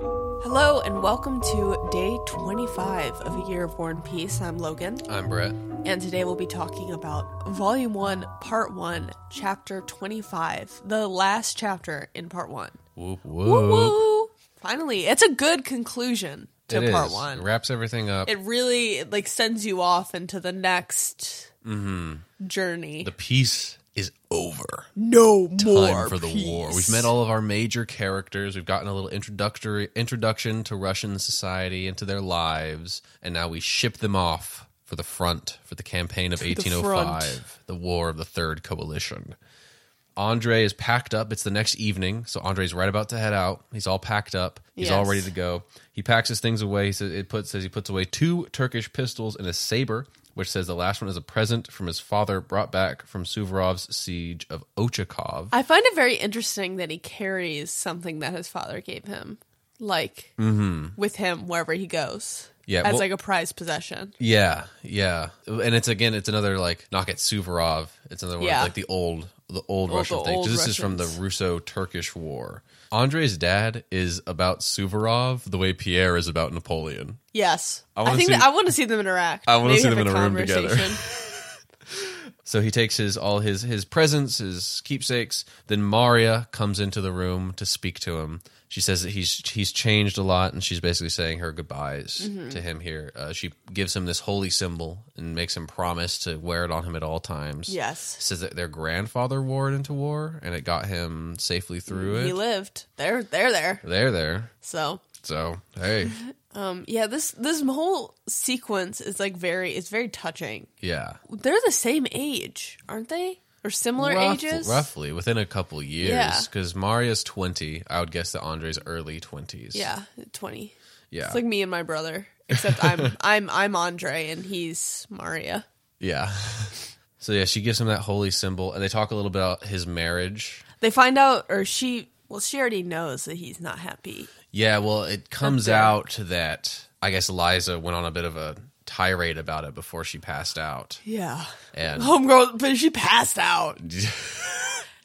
Hello and welcome to day 25 of A Year of War and Peace. I'm Logan, I'm Brett. and today we'll be talking about Volume 1, Part 1, Chapter 25, the last chapter in Part 1. Whoop Woo whoop. woo! Finally, it's a good conclusion to It Part is. 1. It wraps everything up. It really it, like sends you off into the next journey. Mm-hmm. the peace is over. no more Time for the war. We've met all of our major characters. We've gotten a little introductory introduction to Russian society and to their lives, and now we ship them off for the front for the campaign of front. 1805, the War of the Third Coalition. Andre is packed up. It's the next evening, so Andre's right about to head out. He's all packed up. He's all Yes. ready to go. He packs his things away. He says it puts says he puts away two Turkish pistols and a saber, which says the last one is a present from his father brought back from Suvorov's siege of Ochakov. I find it very interesting that he carries something that his father gave him, like with him wherever he goes. Mm-hmm. Yeah, as well- like a prized possession. Yeah, yeah, and it's again, it's another like knock at Suvorov. It's another one Yeah. like the old, the old Russian the thing. old 'Cause this is from the Russians. Russo-Turkish War. Andre's dad is about Suvorov the way Pierre is about Napoleon. Yes, I I, wanna think see- that I want to see them interact. I wanna Maybe see have them in a room together. conversation. So he takes his all his his presents, his keepsakes. Then Maria comes into the room to speak to him. She says that he's he's changed a lot, and she's basically saying her goodbyes Mm-hmm. to him here. Uh, she gives him this holy symbol and makes him promise to wear it on him at all times. Yes. says that their grandfather wore it into war, and it got him safely through he it. lived. They're they're there. They're there. So So hey, um, yeah, this this whole sequence is like very it's very touching. yeah, They're the same age, aren't they? Or similar Rough- ages? roughly within a couple Yeah. years, because Maria's twenty. I would guess that Andre's early twenties. Yeah, twenty. yeah. It's like me and my brother, except I'm I'm I'm Andre and he's Maria. Yeah. So yeah, she gives him that holy symbol, and they talk a little bit about his marriage. They find out, or she, well, she already knows that he's not happy. Yeah, well, it comes Okay. out that I guess Eliza went on a bit of a tirade about it before she passed out, Yeah, and homegirl, but she passed out.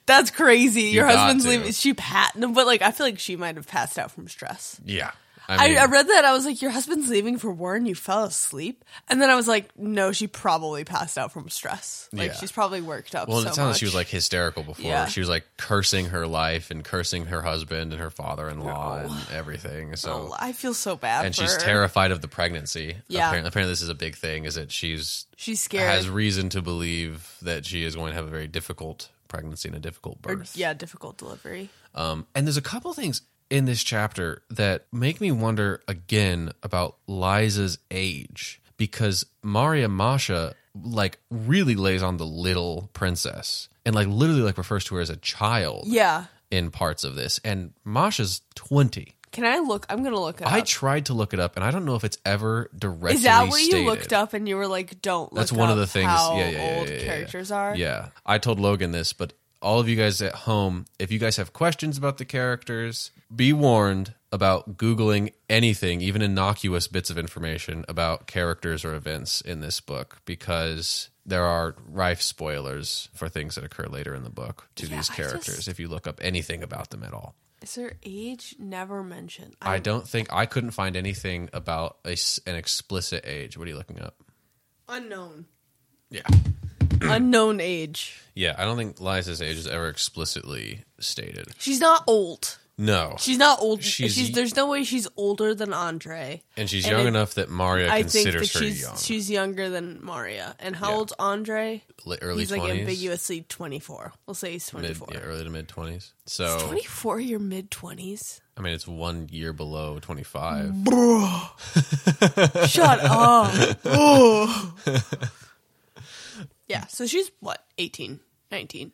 That's crazy. Your got husband's to. leaving. She pat, no, but like I feel like she might have passed out from stress. yeah, I, I mean, I read that I was like, your husband's leaving for war, and you fell asleep. And then I was like, no, she probably passed out from stress. Like Yeah. she's probably worked up. well, so it sounds like much. she was like hysterical before. Yeah. She was like cursing her life and cursing her husband and her father-in-law and everything. So Oh, I feel so bad. and for she's her. terrified of the pregnancy. Yeah. Apparently, apparently this is a big thing. Is that she's She's scared. has reason to believe that she is going to have a very difficult pregnancy and a difficult Or, birth. yeah, difficult delivery. Um, and there's a couple things in this chapter that make me wonder again about Liza's age because Maria Masha like really lays on the little princess and like literally like refers to her as a child Yeah. in parts of this. And Masha's 20. Can I look? I'm gonna look it I up. tried to look it up, and I don't know if it's ever directly. Is that what stated. you looked up and you were like, "Don't"? That's look one of up the things- How yeah, yeah, yeah, old yeah, yeah. characters are. Yeah. I told Logan this, but all of you guys at home, if you guys have questions about the characters, be warned about Googling anything, even innocuous bits of information about characters or events in this book, because there are rife spoilers for things that occur later in the book to Yeah, these I characters just- if you look up anything about them at all. Is their age never mentioned? I don't think I couldn't find anything about a s an explicit age. What are you looking up? unknown. Yeah. unknown age. Yeah, I don't think Liza's age is ever explicitly stated. She's not old. No. She's not old. She's, She's- there's no way she's older than Andre. And she's And young it- enough that Maria I think that considers her she's young. she's younger than Maria. And how Yeah. old's Andre? Li- early he's like 20s, ambiguously 24. We'll say he's 24. mid, yeah, early to mid 20s. So, 24, your mid 20s. I mean, it's one year below 25. Shut up. Ugh. yeah, so she's what? 18, 19,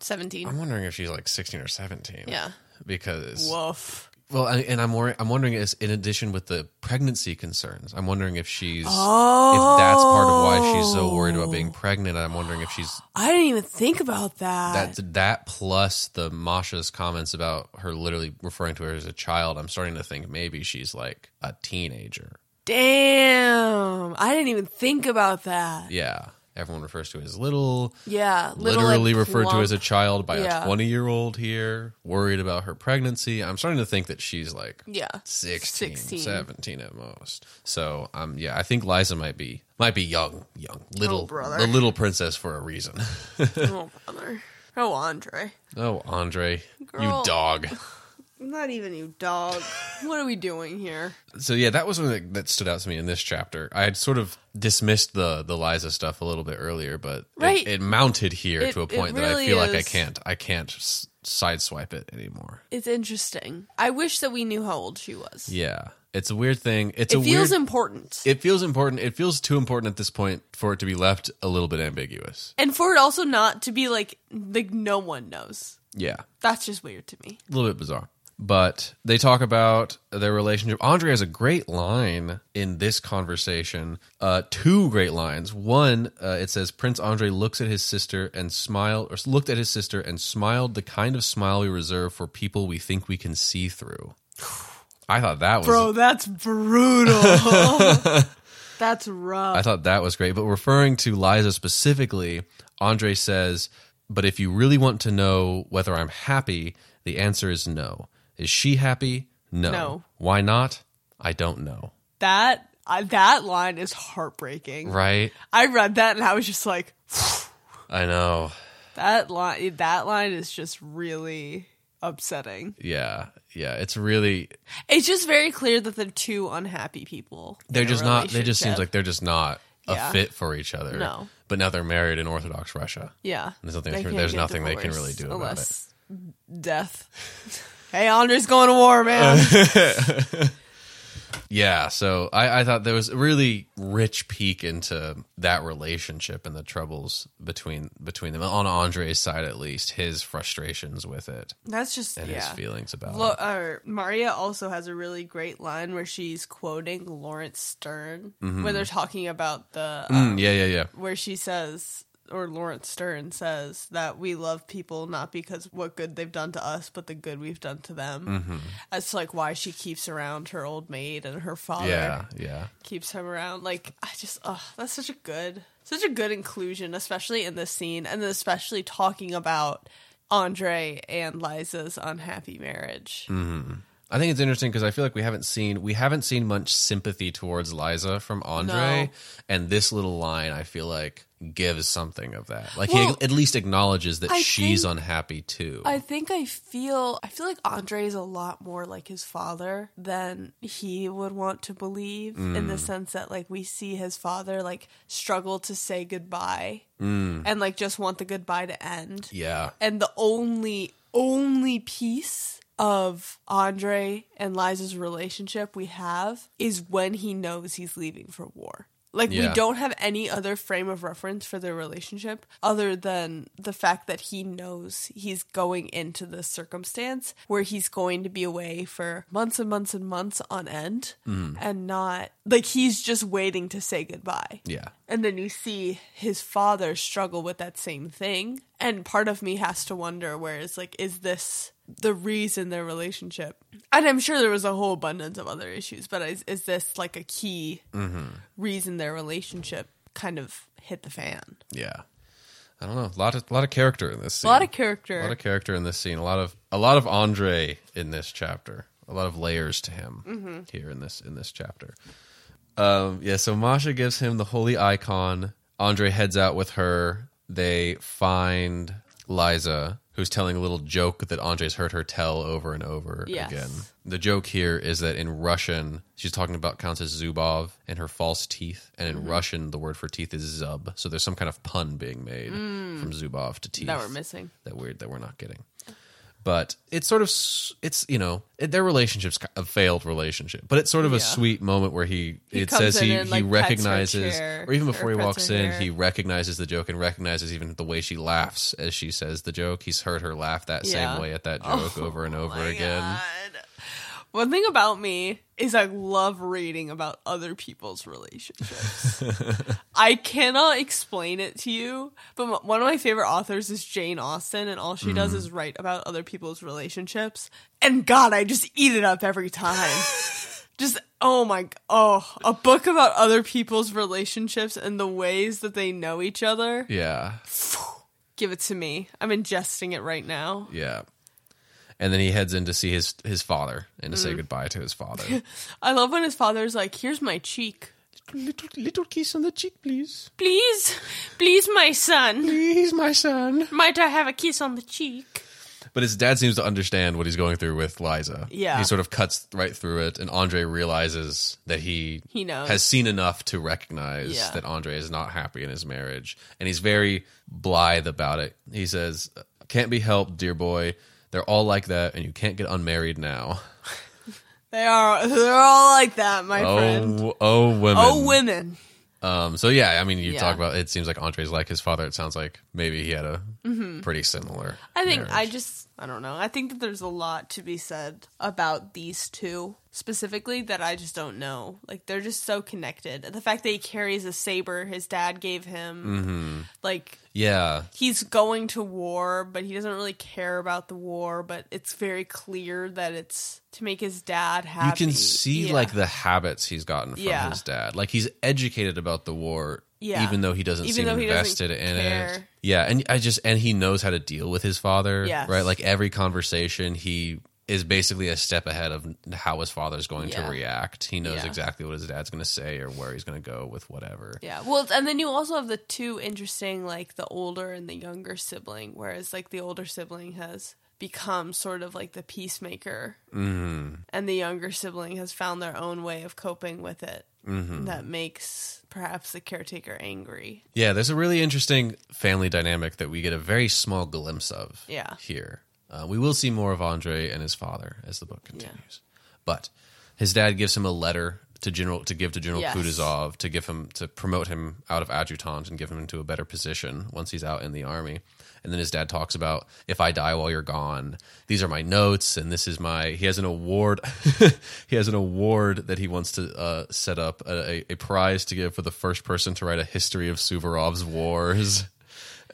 17. I'm wondering if she's like 16 or 17. Yeah. Because, Woof. well, I, and I'm, wor- I'm wondering, is, in addition with the pregnancy concerns, I'm wondering if she's, Oh, if that's part of why she's so worried about being pregnant. I'm wondering if she's, I didn't even think about that. that, that plus the Masha's comments about her literally referring to her as a child, I'm starting to think maybe she's like a teenager. Damn. I didn't even think about that. Yeah. everyone refers to as little. Yeah, little and literally referred to plump. as a child by Yeah. a 20 year old here, worried about her pregnancy. I'm starting to think that she's like Yeah. 16, 16. 17 at most. So, um, yeah, I think Liza might be might be young, young little, Oh, brother. the little princess for a reason. oh, brother. Oh, Andre. oh, Andre, Girl. you dog. Not even you, dog. what are we doing here? So yeah, that was one that, that stood out to me in this chapter. I had sort of dismissed the the Liza stuff a little bit earlier, but Right. it, it mounted here It- to a it point that I really feel like I is. can't, I can't s- sideswipe it anymore. It's interesting. I wish that we knew how old she was. Yeah, it's a weird thing. It's a it feels weird. important. it feels important. It feels too important at this point for it to be left a little bit ambiguous. and for it also not to be like, like no one knows. Yeah, That's just weird to me. a little bit bizarre. But they talk about their relationship. Andre has a great line in this conversation. Uh, two great lines. One, uh, it says Prince Andre looks at his sister and smiled, or looked at his sister and smiled the kind of smile we reserve for people we think we can see through. I thought that was Bro, that's brutal. that's rough. I thought that was great. But referring to Liza specifically, Andre says, But if you really want to know whether I'm happy, the answer is no. Is she happy? No. No. Why not? I don't know. that I that line is heartbreaking. Right? I read that and I was just like, I know. that line. That line is just really upsetting. Yeah. Yeah. It's really, It's just very clear that they're two unhappy people. in they're a just not, they just seems relationship. like they're just not Yeah. a fit for each other. No. But now they're married in Orthodox Russia. yeah. There's nothing they can- can't there's get nothing they can divorced really do about unless Death. hey, Andre's going to war, man. Yeah, so I, I thought there was a really rich peek into that relationship and the troubles between between them on Andre's side at least, his frustrations with it That's just and yeah. his feelings about Lo- it. uh, Maria also has a really great line where she's quoting Lawrence Stern when they're talking about the um, Mm, yeah, yeah, yeah. where she says or Lawrence Stern says that we love people not because what good they've done to us, but the good we've done to them. That's like why she keeps around her old maid and her father Yeah, yeah. keeps him around. Like I just, ugh, that's such a good, such a good inclusion, especially in this scene, and then especially talking about Andre and Liza's unhappy marriage. I think it's interesting because I feel like we haven't seen we haven't seen much sympathy towards Liza from Andre, No. and this little line I feel like gives something of that. Like Well, he at least acknowledges that I she's think- unhappy too. I think I feel, I feel like Andre is a lot more like his father than he would want to believe, in the sense that like we see his father like struggle to say goodbye and like just want the goodbye to end. yeah, and the only only piece of Andre and Liza's relationship we have is when he knows he's leaving for war. Like Yeah. we don't have any other frame of reference for their relationship other than the fact that he knows he's going into this circumstance where he's going to be away for months and months and months on end Mm. and not like he's just waiting to say goodbye. yeah. And then you see his father struggle with that same thing. And part of me has to wonder where it's like, is this the reason their relationship? And I'm sure there was a whole abundance of other issues, but is, is this like a key Mm-hmm. reason their relationship kind of hit the fan? Yeah. I don't know. A lot of lot of character in this A scene. lot of A character. lot of character in this scene. A lot of a lot of Andre in this chapter. A lot of layers to him Mm-hmm. here in this in this chapter. Um, yeah. So Masha gives him the holy icon. Andre heads out with her. They find Liza, who's telling a little joke that Andre's heard her tell over and over Yes. again. The joke here is that in Russian, she's talking about Countess Zubov and her false teeth, and in Mm-hmm. Russian, the word for teeth is zub. So there's some kind of pun being made from Zubov to teeth Mm. that we're missing. that weird that we're not getting. But it's sort of s- it's you know it, their relationship's a failed relationship, but it's sort of a Yeah. sweet moment where he, it comes says in he and, he like, pets her recognizes chair, or even or before he pets walks her in hair. he recognizes the joke and recognizes even the way she laughs as she says the joke. He's heard her laugh that Yeah. Oh same way at that joke over and over again. God. One thing about me is I love reading about other people's relationships. I cannot explain it to you, but m- one of my favorite authors is Jane Austen, and all she does is write about other people's relationships. And God, I just eat it up every time. Just oh my g- oh, a book about other people's relationships and the ways that they know each other. Yeah. Give it to me. I'm ingesting it right now. Yeah. And then he heads in to see his his father and Mm. to say goodbye to his father. I love when his father's like, "Here's my cheek. little little kiss on the cheek, please. Please, please my son. Please, my son. Might I have a kiss on the cheek?" But his dad seems to understand what he's going through with Liza. Yeah. He sort of cuts right through it, and Andre realizes that he, He knows. has seen enough to recognize Yeah. that Andre is not happy in his marriage. And he's very blithe about it. He says, Can't be helped, dear boy. They're all like that, and you can't get unmarried now. They are they're all like that, my friend. Oh, oh, women. Oh, women. Um, so, yeah, I mean, you Yeah. talk about it seems like Andre's like his father. It sounds like maybe he had a pretty similar. Mm-hmm. I think marriage. I just I don't know. I think that there's a lot to be said about these two specifically that I just don't know. Like they're just so connected. The fact that he carries a saber his dad gave him. Mm-hmm. Like Yeah. he's going to war, but he doesn't really care about the war, but it's very clear that it's to make his dad happy. you can see Yeah. like the habits he's gotten from Yeah. his dad. Like he's educated about the war, Yeah. even though he doesn't Even seem though he doesn't invested in it. care. Yeah, and I just and he knows how to deal with his father, Yes. right? Like every conversation, he is basically a step ahead of how his father's going Yeah. to react. He knows Yeah. exactly what his dad's going to say or where he's going to go with whatever. Yeah. Well, and then you also have the two interesting, like the older and the younger sibling, whereas like the older sibling has become sort of like the peacemaker, and the younger sibling has found their own way of coping with it that makes perhaps the caretaker angry. Yeah, there's a really interesting family dynamic that we get a very small glimpse of Yeah. here. Uh, we will see more of Andre and his father as the book continues. But his dad gives him a letter to general to give to General Yes. Kutuzov to give him to promote him out of adjutant and give him into a better position once he's out in the army. And then his dad talks about if I die while you're gone, these are my notes and this is my he has an award he has an award that he wants to uh, set up a, a, a prize to give for the first person to write a history of Suvorov's wars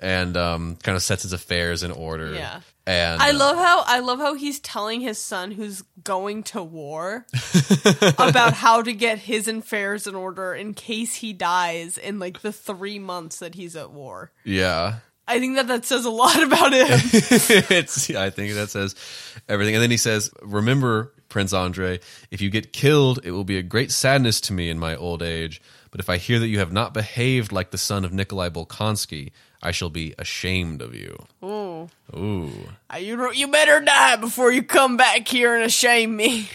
and um, kind of sets his affairs in order. Yeah. And I uh, love how I love how he's telling his son who's going to war about how to get his affairs in order in case he dies in like the 3 months that he's at war. yeah. I think that that says a lot about him. it's yeah, I think that says everything. And then he says, "Remember, Prince Andre, if you get killed, it will be a great sadness to me in my old age. But if I hear that you have not behaved like the son of Nikolai Bolkonsky, I shall be ashamed of you." Ooh. Ooh, Uh, You don't- you better die before you come back here and shame me.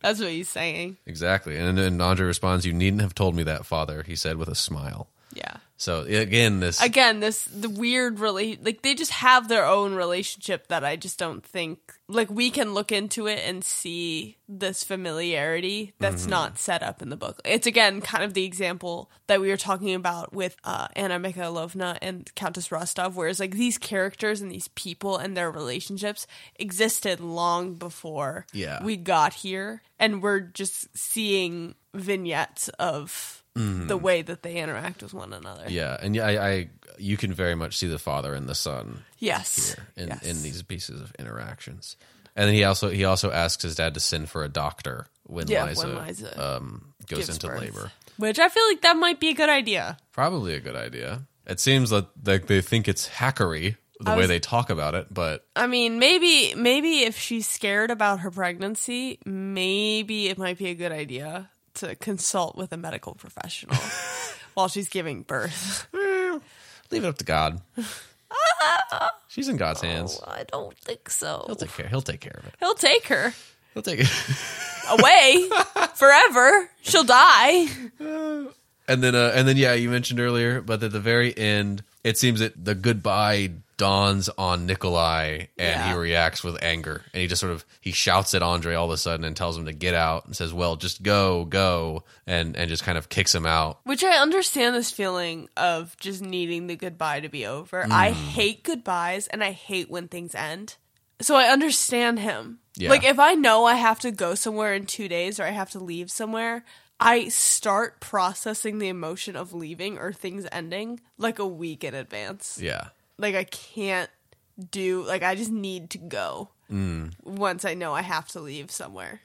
That's what he's saying. exactly. And then Andre responds, "You needn't have told me that, father," he said with a smile. Yeah. So again, this Again, this the weird really like they just have their own relationship that I just don't think like we can look into it and see this familiarity that's not set up in the book. It's again kind of the example that we were talking about with uh, Anna Mikhailovna and Countess Rostov, whereas like these characters and these people and their relationships existed long before Yeah. we got here and we're just seeing vignettes of the way that they interact with one another. yeah, and yeah, I, I you can very much see the father and the son Yes. in, yes. in these pieces of interactions. And then he also he also asks his dad to send for a doctor when Yeah, Liza, when Liza um, goes Gives into birth. labor. Which I feel like that might be a good idea. Probably a good idea. It seems that like they think it's hackery the way was- they talk about it, but I mean, maybe maybe if she's scared about her pregnancy, maybe it might be a good idea to consult with a medical professional while she's giving birth. eh, leave it up to God. She's in God's hands. Well, Oh, I don't think so. He'll take care. He'll take care of it. He'll take her He'll take it. away forever. She'll die. And then, uh, and then, yeah, you mentioned earlier, but at the very end, it seems that the goodbye dawns on Nikolai, and Yeah. he reacts with anger, and he just sort of he shouts at Andre all of a sudden and tells him to get out, and says, "Well, just go, go," and and just kind of kicks him out. Which I understand this feeling of just needing the goodbye to be over. Mm. I hate goodbyes and I hate when things end. So I understand him. Yeah. Like if I know I have to go somewhere in 2 days or I have to leave somewhere, I start processing the emotion of leaving or things ending like a week in advance. Yeah, Like I can't do like Mm. I just need to go. Once I know I have to leave somewhere.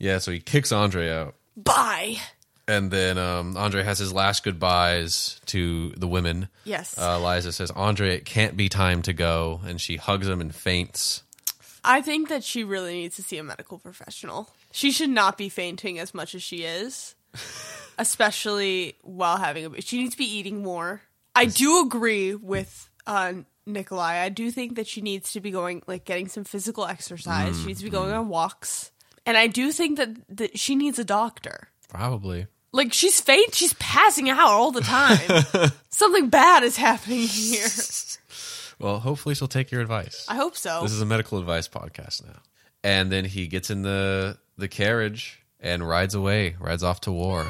Yeah, so he kicks Andre out. Bye. And then um, Andre has his last goodbyes to the women. Yes. Uh, Liza says, Andre, it can't be time to go. And she hugs him and faints. I think that she really needs to see a medical professional. She should not be fainting as much as she is, especially while having a baby. She needs to be eating more. I do agree with uh, Nikolai. I do think that she needs to be going, like, getting some physical exercise. She needs to be Mm-hmm. going on walks. And I do think that, that she needs a doctor. Probably. Like, she's faint. She's passing out all the time. Something bad is happening here. Well, hopefully she'll take your advice. I hope so. This is a medical advice podcast now. And then he gets in the the carriage and rides away, rides off to war.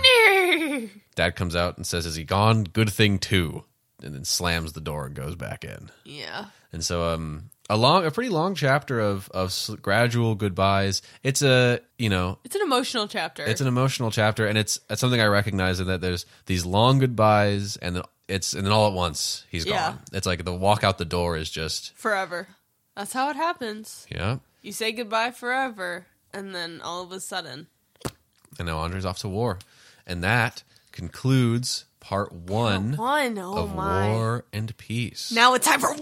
Dad comes out and says, "Is he gone? Good thing too." And then slams the door and goes back in. yeah. And so, um, a long, a pretty long chapter of of s- gradual goodbyes. It's a you know, It's an emotional chapter. it's an emotional chapter, and it's, it's something I recognize in that there's these long goodbyes, and then it's and then all at once he's Yeah. gone. It's like the walk out the door is just forever. That's how it happens. yeah. You say goodbye forever, and then all of a sudden, and now Andre's off to war. And that concludes part one one. Oh of my! War and Peace. Now it's time for war.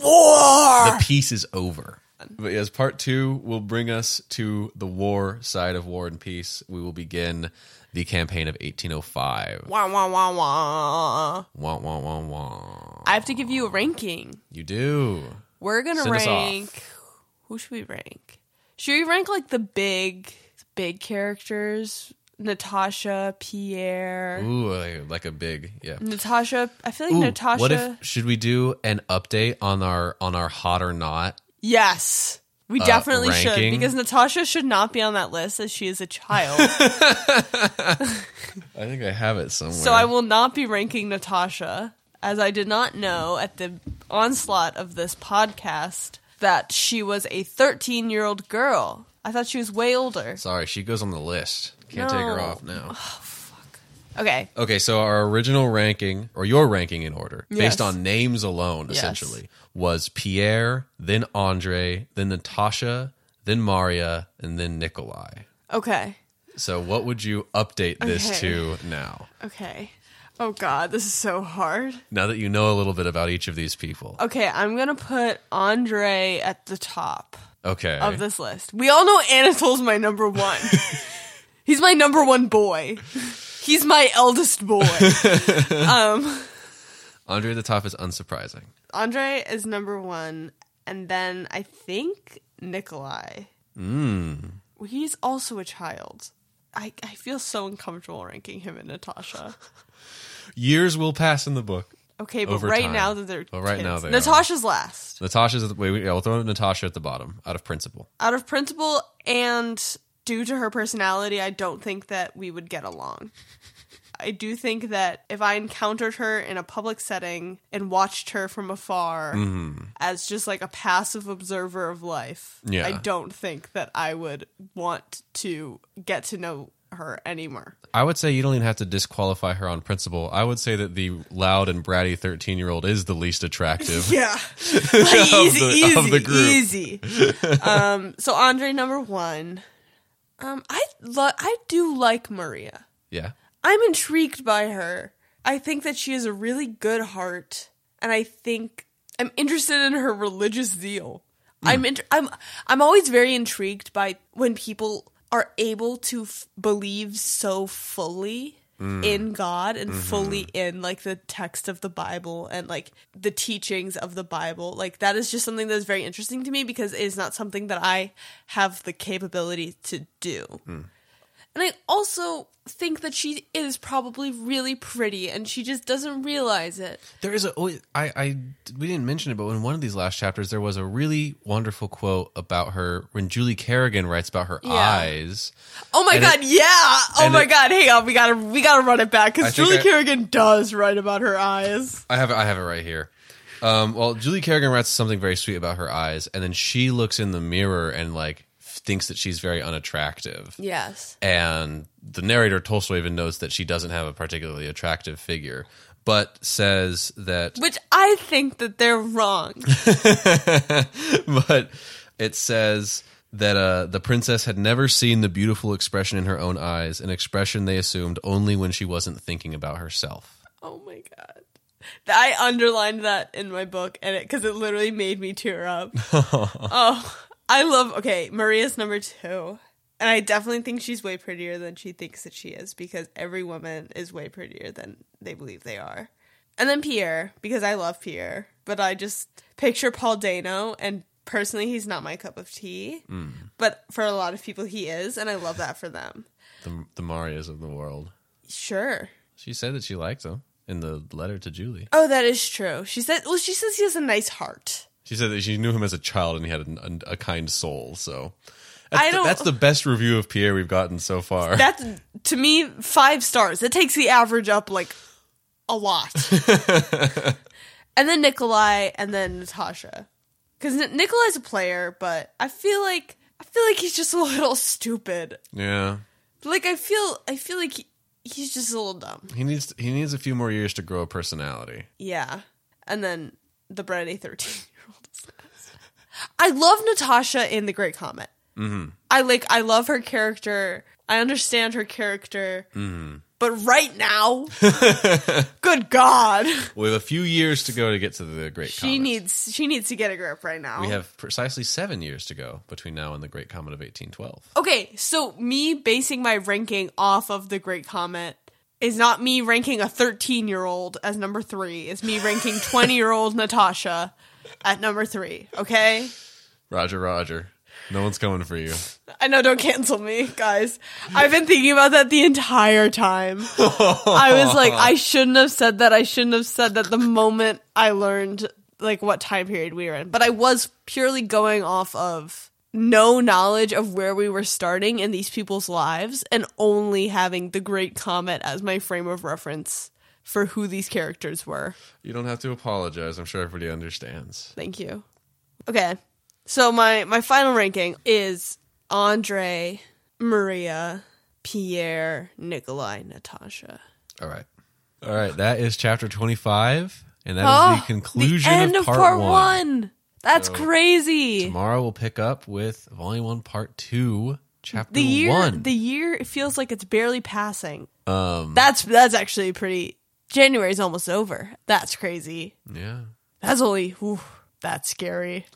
the peace is over. But yes, part two will bring us to the war side of War and Peace. We will begin the campaign of 1805. Wah wah wah wah. Wah, wah, wah, wah. I have to give you a ranking. You do. We're gonna Send us off. rank. Who should we rank? Should we rank like the big, big characters? Natasha, Pierre, Ooh, like- like a big, yeah. Natasha. I feel like Ooh, Natasha. What if should we do an update on our on our hot or not? Yes. We definitely should uh, ranking? because Natasha should not be on that list as she is a child. I think I have it somewhere. so I will not be ranking Natasha as I did not know at the onslaught of this podcast that she was a 13-year-old girl. I thought she was way older. Sorry, she goes on the list. Can't take her No. off now. Okay. Okay, so our original ranking, or your ranking in order, Yes. based on names alone, Yes. essentially, was Pierre, then Andre, then Natasha, then Maria, and then Nikolai. Okay. So, what would you update this Okay. to now? Okay. Oh god, this is so hard. Now that you know a little bit about each of these people. Okay, I'm going to put Andre at the top. Okay. of this list. We all know Anatole's my number one. He's my number one boy. He's my eldest boy. Andre at the top is unsurprising. Andre is number one, and then I think Nikolai. Hmm. Mm. He's also a child. I, I feel so uncomfortable ranking him and Natasha. Years will pass in the book. Okay, but Over right time. now that they're But right kids. now they are. Natasha's last Natasha's at the, wait, wait, yeah, we'll throw Natasha at the bottom out of principle. out of principle and due to her personality, I don't think that we would get along. I do think that if I encountered her in a public setting and watched her from afar Mm-hmm. as just like a passive observer of life, Yeah. I don't think that I would want to get to know her anymore. I would say you don't even have to disqualify her on principle. I would say that the loud and bratty 13 year old is the least attractive. Yeah. like, easy, the- of easy, the group. easy. Um, so Andre number one. Um, I lo- I do like Maria. yeah. I'm intrigued by her. I think that she has a really good heart, and I think I'm interested in her religious zeal. I'm int- I'm I'm always very intrigued by when people are able to f- believe so fully in God and fully in like the text of the Bible and like the teachings of the Bible. Like that is just something that is very interesting to me because it is not something that I have the capability to do. And I also think that she is probably really pretty and she just doesn't realize it. There is a oh, I I we didn't mention it, but in one of these last chapters, there was a really wonderful quote about her when Julie Kerrigan writes about her Yeah. eyes. Oh my And god, yeah. Oh and my it- god, hang on, we gotta we gotta run it back I because think Julie I- Kerrigan does write about her eyes. I have it, I have it right here. Um, well, Julie Kerrigan writes something very sweet about her eyes, and then she looks in the mirror and like thinks that she's very unattractive. Yes. and the narrator Tolstoy even notes that she doesn't have a particularly attractive figure, but says that Which I think that they're wrong. but it says that uh, the princess had never seen the beautiful expression in her own eyes, an expression they assumed only when she wasn't thinking about herself. Oh my god. I underlined that in my book and it cuz it literally made me tear up. oh, I love Okay, Maria's number 2. And I definitely think she's way prettier than she thinks that she is because every woman is way prettier than they believe they are. And then Pierre because I love Pierre, but I just picture Paul Dano and personally he's not my cup of tea, but for a lot of people he is and I love that for them. The, the Marias of the world. Sure. She said that she liked him in the letter to Julie. Oh, that is true. She said, well, she says he has a nice heart. She said that she knew him as a child and he had an, a kind soul. So I that's, the, don't- that's the best review of Pierre we've gotten so far. That's, to me, five stars. It takes the average up like a lot. and then Nikolai and then Natasha. Because Nikolai's a player, but I feel like. I feel like he's just a little stupid. yeah, Like I feel, I feel like he, he's just a little dumb. he needs he needs a few more years to grow a personality. Yeah. And then the bratty 13 year old. I love Natasha in The Great Comet. Mm-hmm. I like, I love her character. I understand her character. But right now, good God, We have a few years to go to get to the Great. she Comet. needs she needs to get a grip right now. We have precisely seven years to go between now and the Great Comet of 1812. okay, so me basing my ranking off of The Great Comet is not me ranking a 13 year old as number three. It's me ranking 20 year old Natasha at number three. Okay. Roger, Roger. No one's coming for you. I know, don't cancel me, guys. I've been thinking about that the entire time. I was like, I shouldn't have said that. I shouldn't have said that the moment I learned like what time period we were in. But I was purely going off of no knowledge of where we were starting in these people's lives and only having the great comet as my frame of reference for who these characters were. You don't have to apologize. I'm sure everybody understands. Thank you. Okay. So my my final ranking is Andre, Maria, Pierre, Nikolai, Natasha. All right. All right. That is chapter 25, and that is the conclusion Oh, the end of, part, one. That's crazy. Tomorrow we'll pick up with volume one, part two, chapter the year one. the year it feels like it's barely passing. Um That's that's actually pretty January's almost over. That's crazy. yeah. That's only ooh, that's scary.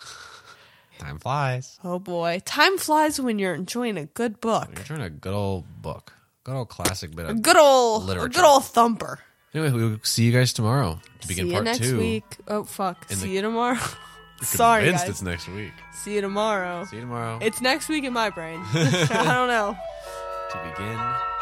Time flies. Oh boy. Time flies when you're enjoying a good book. You're trying a good old book, good old classic bit of. Good old Literature. a good old thumper. Anyway, we'll see you guys tomorrow to begin See part you next two. week. Oh fuck. In the- See you tomorrow. Sorry Convinced guys. it's next week. See you tomorrow. See you tomorrow It's next week in my brain. I don't know. to begin.